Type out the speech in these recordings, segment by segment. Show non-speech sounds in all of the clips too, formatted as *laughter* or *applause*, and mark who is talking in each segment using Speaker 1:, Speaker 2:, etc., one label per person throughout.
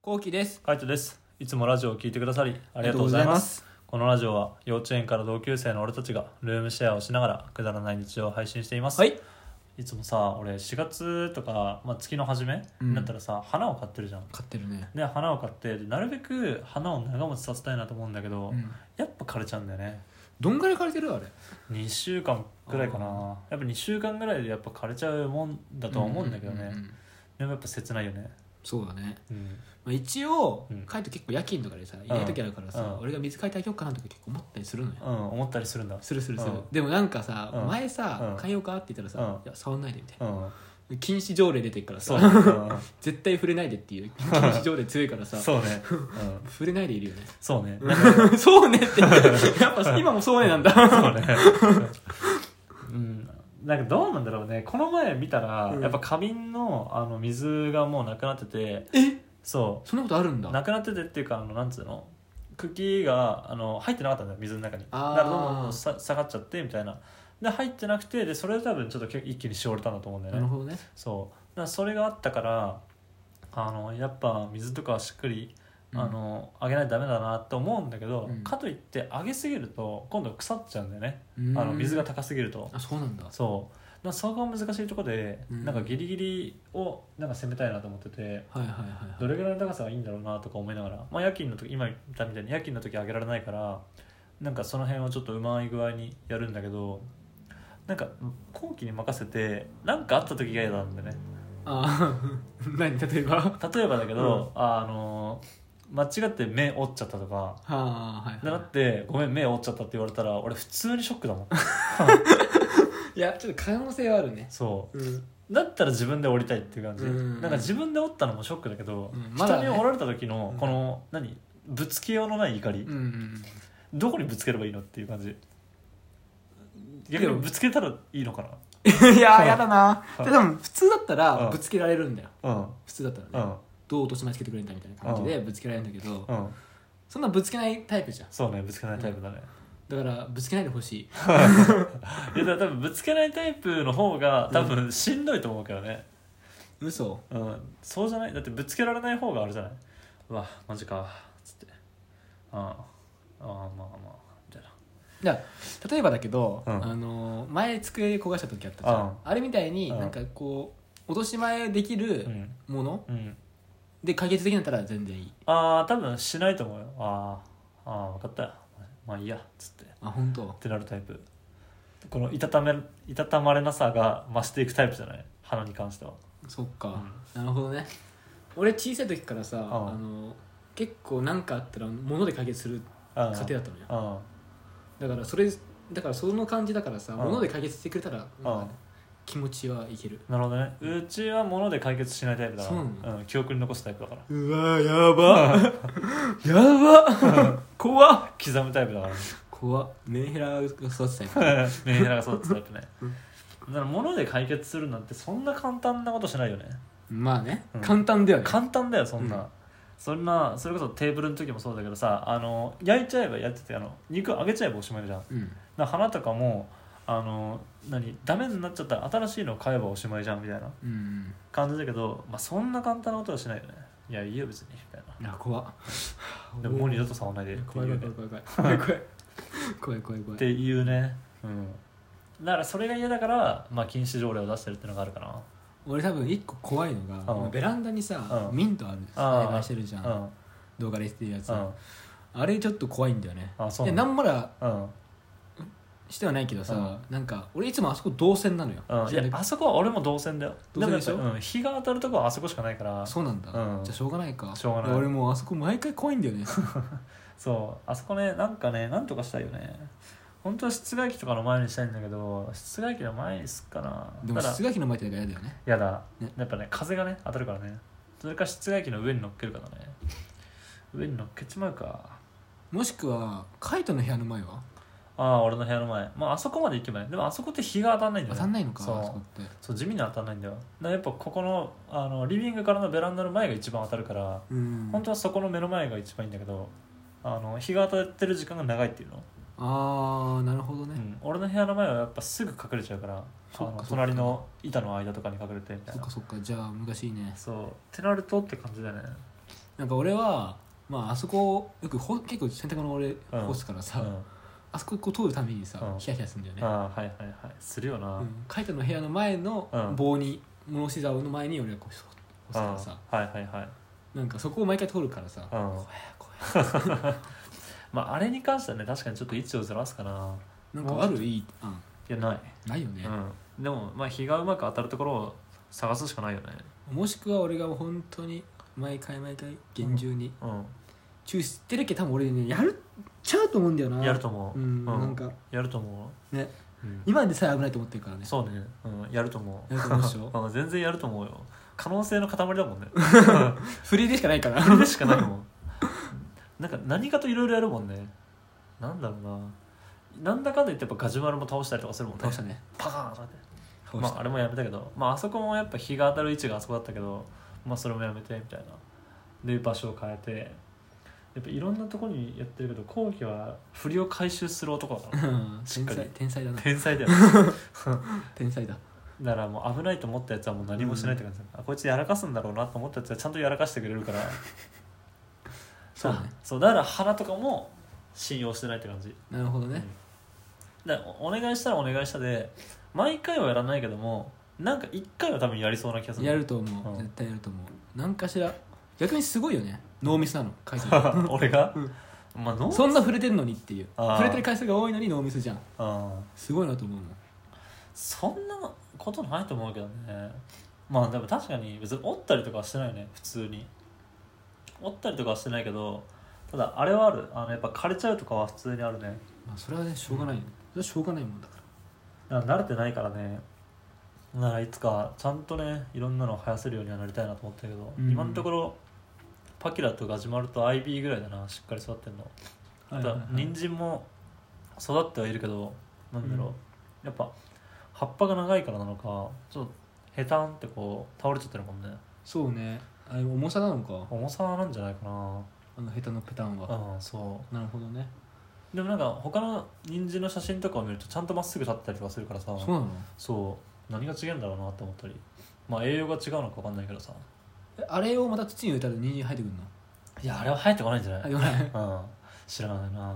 Speaker 1: こうきです。
Speaker 2: カイトですいつもラジオを聞いてくださりありがとうございますこのラジオは幼稚園から同級生の俺たちがルームシェアをしながらくだらない日常を配信しています、
Speaker 1: はい。
Speaker 2: いつもさ俺4月とか、まあ、月の初め
Speaker 1: うん
Speaker 2: になったらさ、花を買ってるじゃん
Speaker 1: 買ってるね。
Speaker 2: で花を買ってでなるべく花を長持ちさせたいなと思うんだけど、
Speaker 1: うん。
Speaker 2: やっぱ枯れちゃうんだよね
Speaker 1: どんぐらい借りてるあれ。
Speaker 2: 2週間くらいかな
Speaker 1: あ
Speaker 2: やっぱ2週間ぐらいでやっぱ枯れちゃうもんだとは思うんだけどね、
Speaker 1: うううんうん
Speaker 2: でもやっぱ切ないよね
Speaker 1: そうだね。
Speaker 2: うん
Speaker 1: まあ、一応
Speaker 2: うん、
Speaker 1: カイト結構夜勤とかでさ、いない時あるから
Speaker 2: うん
Speaker 1: さ、俺が水買いてあげようかなとか結構思ったりするのよ。
Speaker 2: うん思ったりするんだ
Speaker 1: するするする
Speaker 2: うん。
Speaker 1: でもなんかさ、
Speaker 2: うん
Speaker 1: 前さ
Speaker 2: う、ん
Speaker 1: 買いようかって言ったら
Speaker 2: う
Speaker 1: さ
Speaker 2: ん、
Speaker 1: いや、触んないでみたい
Speaker 2: うん
Speaker 1: な。禁止条例出てるから *laughs*
Speaker 2: そう、
Speaker 1: さ、
Speaker 2: うん
Speaker 1: 絶対触れないでっていう禁止条例強いからさ、
Speaker 2: そうね、うん、
Speaker 1: 触れないでいるよね。
Speaker 2: *laughs* そうね
Speaker 1: そうね
Speaker 2: *laughs*
Speaker 1: って。やっぱ今もそうねなんだ。
Speaker 2: そうねうんなんかどうなんだろうねこの前見たら、
Speaker 1: うん
Speaker 2: やっぱ花瓶のあの水がもうなくなってて
Speaker 1: え
Speaker 2: そ
Speaker 1: そんなことあるん
Speaker 2: う
Speaker 1: だ。
Speaker 2: なくなっててっていうかあのなんつうの茎があの入ってなかったんだよ水の中にだ
Speaker 1: あー
Speaker 2: からどんどんさ下がっちゃってみたいなで入ってなくてでそれで多分ちょっとけ一気にしおれたんだと思うんだよ
Speaker 1: な
Speaker 2: ね
Speaker 1: るほどね。
Speaker 2: そうだからそれがあったからあのやっぱ水とかはしっくり
Speaker 1: うん
Speaker 2: あの、あげないとダメだなと思うんだけど、
Speaker 1: うん
Speaker 2: かといってあげすぎると今度は腐っちゃうんだよね、
Speaker 1: うん
Speaker 2: あの水が高すぎると
Speaker 1: あ、そうなんだ。
Speaker 2: そうだからそこが難しいところで、
Speaker 1: うん
Speaker 2: なんかギリギリをなんか攻めたいなと思ってて
Speaker 1: はいはいはい
Speaker 2: どれぐらいの高さがいいんだろうなとか思いながら、まあ、夜勤の時今言ったみたいに夜勤の時あげられないからなんかその辺をちょっとうまい具合にやるんだけどなんか後期に任せてなんかあった時が嫌なんだよね
Speaker 1: ああ *laughs* 何例えばは
Speaker 2: 例えばだけど、あの間違って目折っちゃったとか
Speaker 1: あはい
Speaker 2: だ
Speaker 1: は
Speaker 2: って「ごめん目折っちゃった」って言われたら俺普通にショックだもん
Speaker 1: いいやちょっと可能性はあるね
Speaker 2: そ
Speaker 1: うん
Speaker 2: うだったら自分で折りたいっていう感じ、
Speaker 1: うん
Speaker 2: なんか自分で折ったのもショックだけど、
Speaker 1: うんまだ
Speaker 2: 人
Speaker 1: ね
Speaker 2: に折られた時の
Speaker 1: うん
Speaker 2: この、何ぶつけようのない怒り、
Speaker 1: うんうん
Speaker 2: どこにぶつければいいのっていう感じ
Speaker 1: で
Speaker 2: 逆
Speaker 1: も
Speaker 2: にぶつけたらいいのか
Speaker 1: うんいや
Speaker 2: は
Speaker 1: ー
Speaker 2: い
Speaker 1: やだな
Speaker 2: はい
Speaker 1: ででも普通だった
Speaker 2: う
Speaker 1: ら
Speaker 2: ん
Speaker 1: ぶつけられるんだよ
Speaker 2: なうん
Speaker 1: 普通だった
Speaker 2: う
Speaker 1: らね
Speaker 2: ん
Speaker 1: どう落とし前つけてくれんだみたいな感じでぶつけられるんだけど
Speaker 2: うん
Speaker 1: そんなぶつけないタイプじゃん
Speaker 2: そうねぶつけないタイプだね、
Speaker 1: だからぶつけないでほしい
Speaker 2: いやだから多分ぶつけないタイプの方が多分しんどいと思うけどね、
Speaker 1: 嘘
Speaker 2: うん、そうじゃないだってぶつけられない方があるじゃないうわマジかつってああああまあまあみたいな
Speaker 1: だから例えばだけど、
Speaker 2: うん
Speaker 1: あのー前机焦がした時あったじゃん、
Speaker 2: うん
Speaker 1: あれみたいに
Speaker 2: うん
Speaker 1: なんかこう落とし前できる
Speaker 2: うん、
Speaker 1: もの
Speaker 2: うん、
Speaker 1: で解決できなかったら全然いい
Speaker 2: ああ多分しないと思うよあーあー分かったよまあいいやつってっ
Speaker 1: あ本当。
Speaker 2: てなるタイプこのいたためいたたまれなさが増していくタイプじゃない鼻に関しては
Speaker 1: そっか、なるほどね俺小さい時からさ、
Speaker 2: ん
Speaker 1: あの結構何かあったら物で解決する
Speaker 2: 家
Speaker 1: 家庭だったのよ
Speaker 2: うん
Speaker 1: だからそれだからその感じだからさ
Speaker 2: うん
Speaker 1: 物で解決してくれたら
Speaker 2: ん
Speaker 1: なんか気持ちはいける
Speaker 2: なるほどねうちは物で解決しないタイプだから
Speaker 1: そうな
Speaker 2: うん、記憶に残すタイプだから
Speaker 1: うわやば *laughs* やば *laughs* 怖っ
Speaker 2: 刻むタイプだから
Speaker 1: 怖っメンヘラが育てたよ
Speaker 2: *laughs* メンヘラがそうってタイプね
Speaker 1: うん
Speaker 2: だから物で解決するなんてそんな簡単なことしないよね
Speaker 1: まあね、
Speaker 2: うん
Speaker 1: 簡単ではない
Speaker 2: 簡単だよそんな、
Speaker 1: うん
Speaker 2: そんなそれこそテーブルの時もそうだけどさあの焼いちゃえばやっててあの肉揚げちゃえばおしまいじゃんだか
Speaker 1: うん
Speaker 2: ら花とかもあの何ダメになっちゃったら新しいの買えばおしまいじゃんみたいな
Speaker 1: うん
Speaker 2: 感じだけど、まあ、そんな簡単なことはしないよねいやいいよ別にみたい
Speaker 1: いや怖っ
Speaker 2: なでももう二度と触らないでってい
Speaker 1: 怖いう
Speaker 2: ね
Speaker 1: 怖い怖い怖い怖い怖い怖い怖い怖
Speaker 2: っ
Speaker 1: い
Speaker 2: ていうねうんだからそれが嫌だから、まあ、禁止条例を出してるってのがあるかな
Speaker 1: 俺多分一個怖いのが、
Speaker 2: うん
Speaker 1: ベランダにさ、
Speaker 2: うん
Speaker 1: ミントある栽培してるじゃん、
Speaker 2: うん
Speaker 1: 動画でしてるやつ、
Speaker 2: うん
Speaker 1: あれちょっと怖いんだよね
Speaker 2: あそう
Speaker 1: で
Speaker 2: なんだ
Speaker 1: なんもら
Speaker 2: うん
Speaker 1: してはないけどさ、なんか俺いつもあそこ動線なのよ、
Speaker 2: うん、いやあそこは俺も同線だよ
Speaker 1: 同線でしょ
Speaker 2: もやっぱうん、日が当たるとこはあそこしかないからそ
Speaker 1: そうなんだ、
Speaker 2: うん
Speaker 1: じゃあしょうがないか
Speaker 2: しょうがない
Speaker 1: 俺もうあそこ毎回怖いんだ
Speaker 2: *laughs*
Speaker 1: よね
Speaker 2: うあそこねなんかねなんとかしたいよね本当は室外機とかの前にしたいんだけど室外機の前にすっかな
Speaker 1: でも
Speaker 2: ただ
Speaker 1: 室外機の前ってのが嫌だよね
Speaker 2: やだ、
Speaker 1: ね
Speaker 2: やっぱね風がね当たるからねそれか室外機の上に乗っけるからね上に乗っけちまうか
Speaker 1: もしくはカイトの部屋の前は
Speaker 2: ああ俺の部屋の前まああそこまで行けばいいでもあそこって日が当たんないんだよ
Speaker 1: 当た
Speaker 2: ね
Speaker 1: んないのか
Speaker 2: そう
Speaker 1: あそこって
Speaker 2: そう地味に当たんないんだよだからやっぱここのあのリビングからのベランダの前が一番当たるから
Speaker 1: うん
Speaker 2: 本当はそこの目の前が一番いいんだけどあの日が当たってる時間が長いっていうの、
Speaker 1: ああなるほどね、
Speaker 2: うん俺の部屋の前はやっぱすぐ隠れちゃうからあ
Speaker 1: そっかそっ
Speaker 2: の
Speaker 1: か
Speaker 2: 隣の板の間とかに隠れてみ
Speaker 1: そ
Speaker 2: たい
Speaker 1: っ
Speaker 2: な
Speaker 1: かそっかじゃあ難しいね
Speaker 2: そうってなるとって感じだね
Speaker 1: なんか俺はまああそこよくほ結構洗濯物俺干すからさ、
Speaker 2: うん、あ
Speaker 1: あそここう通るためにさ、
Speaker 2: うん
Speaker 1: ヒヤヒヤするんだよね、
Speaker 2: あはいはいはいするよな、
Speaker 1: うん、カイトの部屋の前の棒に、物干し竿の前に俺がこうそっと干すからさ
Speaker 2: ああはいはいはい
Speaker 1: なんかそこを毎回通るからさ、
Speaker 2: うん
Speaker 1: 怖い怖い
Speaker 2: *laughs* まああれに関してはね確かにちょっと位置をずらすかな
Speaker 1: なんかあるいい案
Speaker 2: いやない、
Speaker 1: ないよね、
Speaker 2: うん、でもまあ日がうまく当たるところを探すしかないよね
Speaker 1: もしくは俺がもう本当に毎回毎回厳重に
Speaker 2: う
Speaker 1: 注意してるけど多分俺ねやるちゃうと思うんだよ
Speaker 2: ん
Speaker 1: な
Speaker 2: やると思う、
Speaker 1: うん、なんか
Speaker 2: やると思
Speaker 1: ね
Speaker 2: う、うん
Speaker 1: 今でさえ危ないと思ってるからね
Speaker 2: そうね、うん、やると思う
Speaker 1: やると思うでしょ
Speaker 2: *laughs* うん全然やると思うよ可能性の塊だもんね *laughs*
Speaker 1: フリーでしかないから
Speaker 2: それしかないもんなんか何かといろいろやるもんねなんだろうななんだかんだ言ってやっぱガジュマルも倒したりとかするもんね
Speaker 1: 倒したね
Speaker 2: パカーンとかって
Speaker 1: 倒
Speaker 2: ま
Speaker 1: した、
Speaker 2: ああれもやめたけどまああそこもやっぱ日が当たる位置があそこだったけどまあそれもやめてみたいなで場所を変えてやっぱいろんなところにやってるけど後期は振りを回収する男だか
Speaker 1: う
Speaker 2: ら
Speaker 1: ん
Speaker 2: しっ
Speaker 1: *laughs* 天
Speaker 2: かり
Speaker 1: 才天才だな
Speaker 2: *laughs* 天才だよ
Speaker 1: 天才だ
Speaker 2: だからもう危ないと思ったやつはもう何もしないって感じ、あこいつやらかすんだろうなと思ったやつはちゃんとやらかしてくれるから
Speaker 1: そうだね
Speaker 2: そうだから花とかも信用してないって感じ
Speaker 1: なるほどね、
Speaker 2: だからおお願いしたらお願いしたで毎回はやらないけどもなんか1回は多分やりそうな気がする
Speaker 1: やると思う、
Speaker 2: うん
Speaker 1: 絶対やると思うなんかしら逆にすごいよねノーミスなの書いて
Speaker 2: *laughs* 俺が、
Speaker 1: うん
Speaker 2: まあノー
Speaker 1: そんな触れてるのにっていう
Speaker 2: あー
Speaker 1: 触れてる回数が多いのにノーミスじゃん
Speaker 2: あー
Speaker 1: すごいなと思うもん
Speaker 2: そんなことないと思うけどねまあでも確かに別に折ったりとかはしてないよね普通に折ったりとかはしてないけどただあれはあるあのやっぱ枯れちゃうとかは普通にあるね
Speaker 1: まあ、それはねしょうがない、それはしょうがないもんだから
Speaker 2: だから慣れてないからねならいつかちゃんとねいろんなのを生やせるようにはなりたいなと思ったけど、
Speaker 1: うん
Speaker 2: 今のところパキラとガジュマルとアイビーぐらいだなしっかり育ってんのあと
Speaker 1: はい
Speaker 2: は
Speaker 1: はいはい
Speaker 2: 人参も育ってはいるけどなんだろう、やっぱ葉っぱが長いからなのかちょっとヘタンってこう倒れちゃってるもんね
Speaker 1: そうねあれ重さなのか
Speaker 2: 重さなんじゃないかな
Speaker 1: あのヘタのペタンは
Speaker 2: うんそ
Speaker 1: なるほどね
Speaker 2: うでもなんか他の人参の写真とかを見るとちゃんとまっすぐ立ってたりとかするからさ
Speaker 1: そうなの
Speaker 2: そう何が違うんだろうなって思ったりまあ栄養が違うのか分かんないけどさ
Speaker 1: えあれをまた土に植えたら人参生えてくるの
Speaker 2: いやあれは生えてこないんじゃな
Speaker 1: あ
Speaker 2: い、
Speaker 1: 言わ
Speaker 2: *laughs*
Speaker 1: ない
Speaker 2: うん知らないな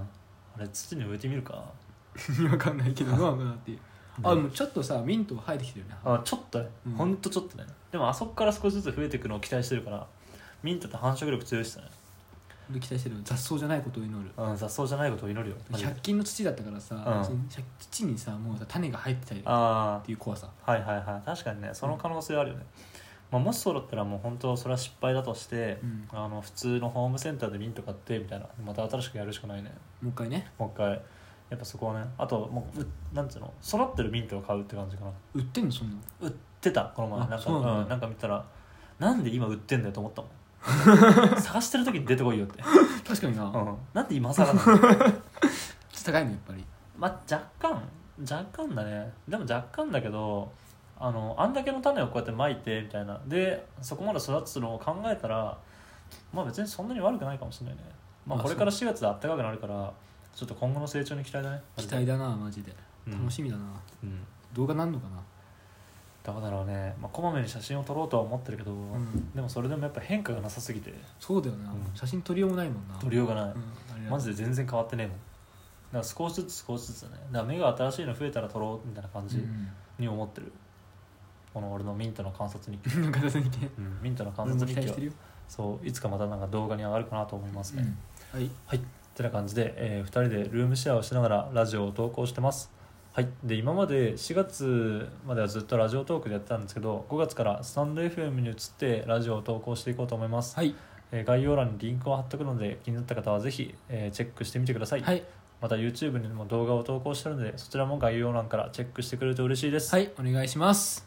Speaker 2: あれ土に植えてみるか
Speaker 1: わかんないけどまあまあっていうあでもちょっとさミント生えてきてるね
Speaker 2: あちょっとね、
Speaker 1: うん
Speaker 2: ほんとちょっとねでもあそこから少しずつ増えていくのを期待してるからミントって繁殖力強いし
Speaker 1: 期
Speaker 2: ね、
Speaker 1: 待してる雑草じゃないことを祈る
Speaker 2: うん、雑草じゃないことを祈るよマジで
Speaker 1: 100均の土だったからさ、
Speaker 2: うん
Speaker 1: その土にさもうさ種が入ってたりっ
Speaker 2: あ
Speaker 1: ていう怖さ
Speaker 2: あはいはいはい確かにねその可能性はあるよね、まあ、もしそうだったらもう本当それは失敗だとして、
Speaker 1: うん
Speaker 2: あの普通のホームセンターでミント買ってみたいなまた新しくやるしかないね
Speaker 1: もう一回ね
Speaker 2: もう一回やっぱそこはねあともううなんつうの育ってるミントを買うって感じかな
Speaker 1: 売ってんのそんなの
Speaker 2: 売ってたこの
Speaker 1: あ
Speaker 2: 前なんか
Speaker 1: そうなんだ
Speaker 2: うんなんか見たらなんで今売ってんだよと思ったも
Speaker 1: *laughs*
Speaker 2: ん探してる時に出てこいよって、
Speaker 1: 確かにな、
Speaker 2: う
Speaker 1: ちょっ
Speaker 2: ん、なんで今更な
Speaker 1: *laughs*
Speaker 2: の
Speaker 1: と高いのやっぱり
Speaker 2: まあ若干若干だねでも若干だけどあのあんだけの種をこうやってまいてみたいなでそこまで育つのを考えたらまあ別にそんなに悪くないかもしれないねまあ
Speaker 1: あ
Speaker 2: これから4月で暖かくなるからちょっと今後の成長に期待だね
Speaker 1: 期待だなマジで、
Speaker 2: うん
Speaker 1: 楽しみだな
Speaker 2: うん
Speaker 1: 動画なんのかな
Speaker 2: どうだろうね、まあ、こまめに写真を撮ろうとは思ってるけど、
Speaker 1: ん
Speaker 2: でもそれでもやっぱ変化がなさすぎて
Speaker 1: そうだよな、
Speaker 2: うん
Speaker 1: 写真撮りようもないもんな
Speaker 2: 撮りようがない、
Speaker 1: うん、
Speaker 2: マジ
Speaker 1: で
Speaker 2: で全然変わってねえもんだから少しずつ少しずつねだから目が新しいの増えたら撮ろうみたいな感じに思ってる、この俺のミントの観察日記、
Speaker 1: なんか *laughs* 出にて
Speaker 2: うん、ミントの観
Speaker 1: 俺も
Speaker 2: 察
Speaker 1: 期待
Speaker 2: 日記
Speaker 1: し
Speaker 2: は
Speaker 1: てるよ、
Speaker 2: そういつかまたなんか動画に上がるかなと思いますね、
Speaker 1: うんはい
Speaker 2: はいてな感じで、え2人でルームシェアをしながらラジオを投稿してますはいで今まで4月まではずっとラジオトークでやってたんですけど5月からスタンド FM に移ってラジオを投稿していこうと思います、
Speaker 1: はい、
Speaker 2: えー概要欄にリンクを貼っとくので気になった方はぜひ、えーチェックしてみてください、
Speaker 1: はい
Speaker 2: また YouTube にも動画を投稿してるのでそちらも概要欄からチェックしてくれると嬉しいです、
Speaker 1: はいお願いします